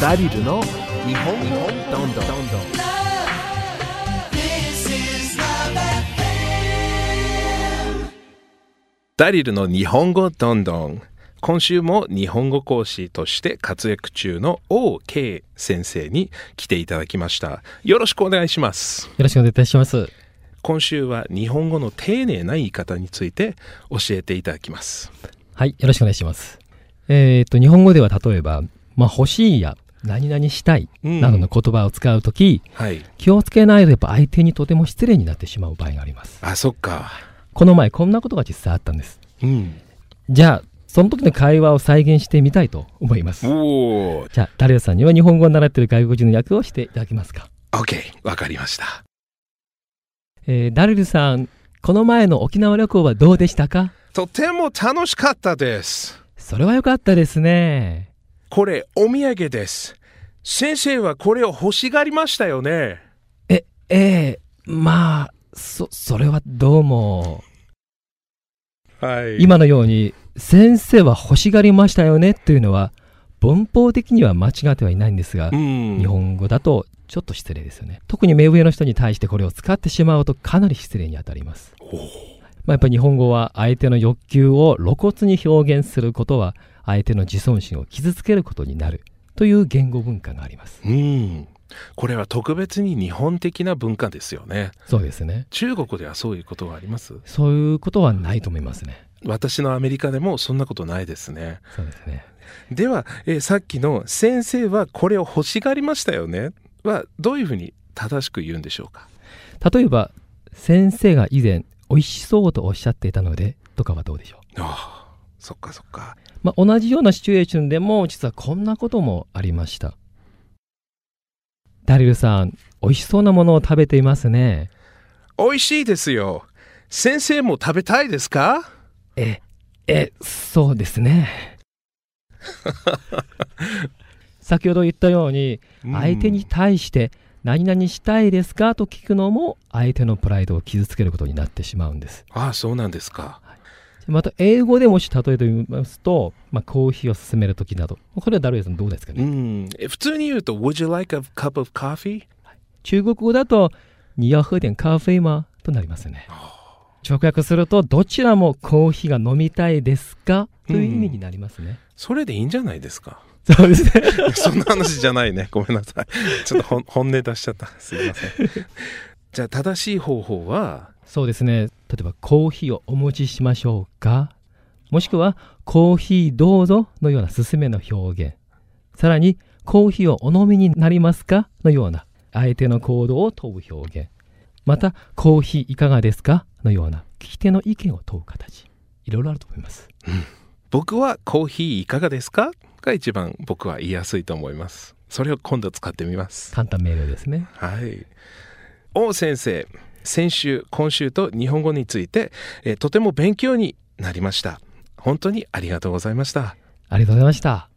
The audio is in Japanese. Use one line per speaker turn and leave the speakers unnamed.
ダリルの日本語どんどん
This is Love FM.
ダリルの日本語どんどん今週も日本語講師として活躍中の OK 先生に来ていただきましたよろしくお願いします
よろしくお願いいたします。
今週は日本語の丁寧な言い方について教えていただきます
はい、よろしくお願いします。えーっと、日本語では例えば、まあ、欲しいや、何々したい、
うん
などの言葉を使うとき、
はい
気をつけないとやっぱ相手にとても失礼になってしまう場合があります。
あそっか
この前、こんなことが実際あったんです。
うん
じゃあ、その時の会話を再現してみたいと思います。
おお
じゃあ、ダリオさんには日本語を習っている外国人の役をしていただけますか。
OK わかりました
えーダリルさん、この前の沖縄旅行はどうでしたか
とても楽しかったです
それは良かったですね。
これお土産です先生はこれを欲しがりましたよね
え、ええまあ、そ、それはどうも。
はい
今のように、先生は欲しがりましたよねというのは、文法的には間違ってはいないんですが
う、ん
日本語だとちょっと失礼ですよね。特に目上の人に対してこれを使ってしまうとかなり失礼にあたります。
おー
まあ、やっぱり日本語は相手の欲求を露骨に表現することは、相手の自尊心を傷つけることになるという言語文化があります。
うん、これは特別に日本的な文化ですよね。
そうですね。
中国ではそういうことはあります
そういうことはないと思いますね。
私のアメリカでもそんなことないですね。
そうですね。
では、えーさっきの「先生はこれを欲しがりましたよね」はどういうふうに正しく言うんでしょうか
例えば先生が以前美味しそうとおっしゃっていたのでとかはどうでしょ
ああそっかそっか。
う、まあ、同じようなシチュエーションでも実はこんなこともありましたダリルさん美味しそうなものを食べていますね
美味しいですよ。先生も食べたいですか
ええそうですね先ほど言ったように相手に対して何々したいですかと聞くのも相手のプライドを傷つけることになってしまうんです
ああそうなんですか。
また英語でもし例えてみますと、まあ、コーヒーを勧めるときなどこれはダルエさんどうですか
う
ね、
ん、え普通に言うと「Would you like a cup of coffee?」
中国語だと「你要喝点咖啡吗?」となりますね直訳するとどちらもコーヒーが飲みたいですかという意味になりますね、
それでいいんじゃないですか。
そうですね
そんな話じゃないね。ご めんなさい。ちょっとほん本音出しちゃった。すいません。じゃあ正しい方法は、
そうですね例えば「コーヒーをお持ちしましょうか?」もしくは「コーヒーどうぞ」のような勧めの表現さらに「コーヒーをお飲みになりますか?」のような相手の行動を問う表現また「コーヒーいかがですか?」のような聞き手の意見を問う形いろいろあると思います
僕はコーヒーいかがですかが一番僕は言いやすいと思います。それを今度使ってみます。
簡単明瞭ですね
はい。王先生、先週、今週と日本語について、えーとても勉強になりました。本当にありがとうございました。
ありがとうございました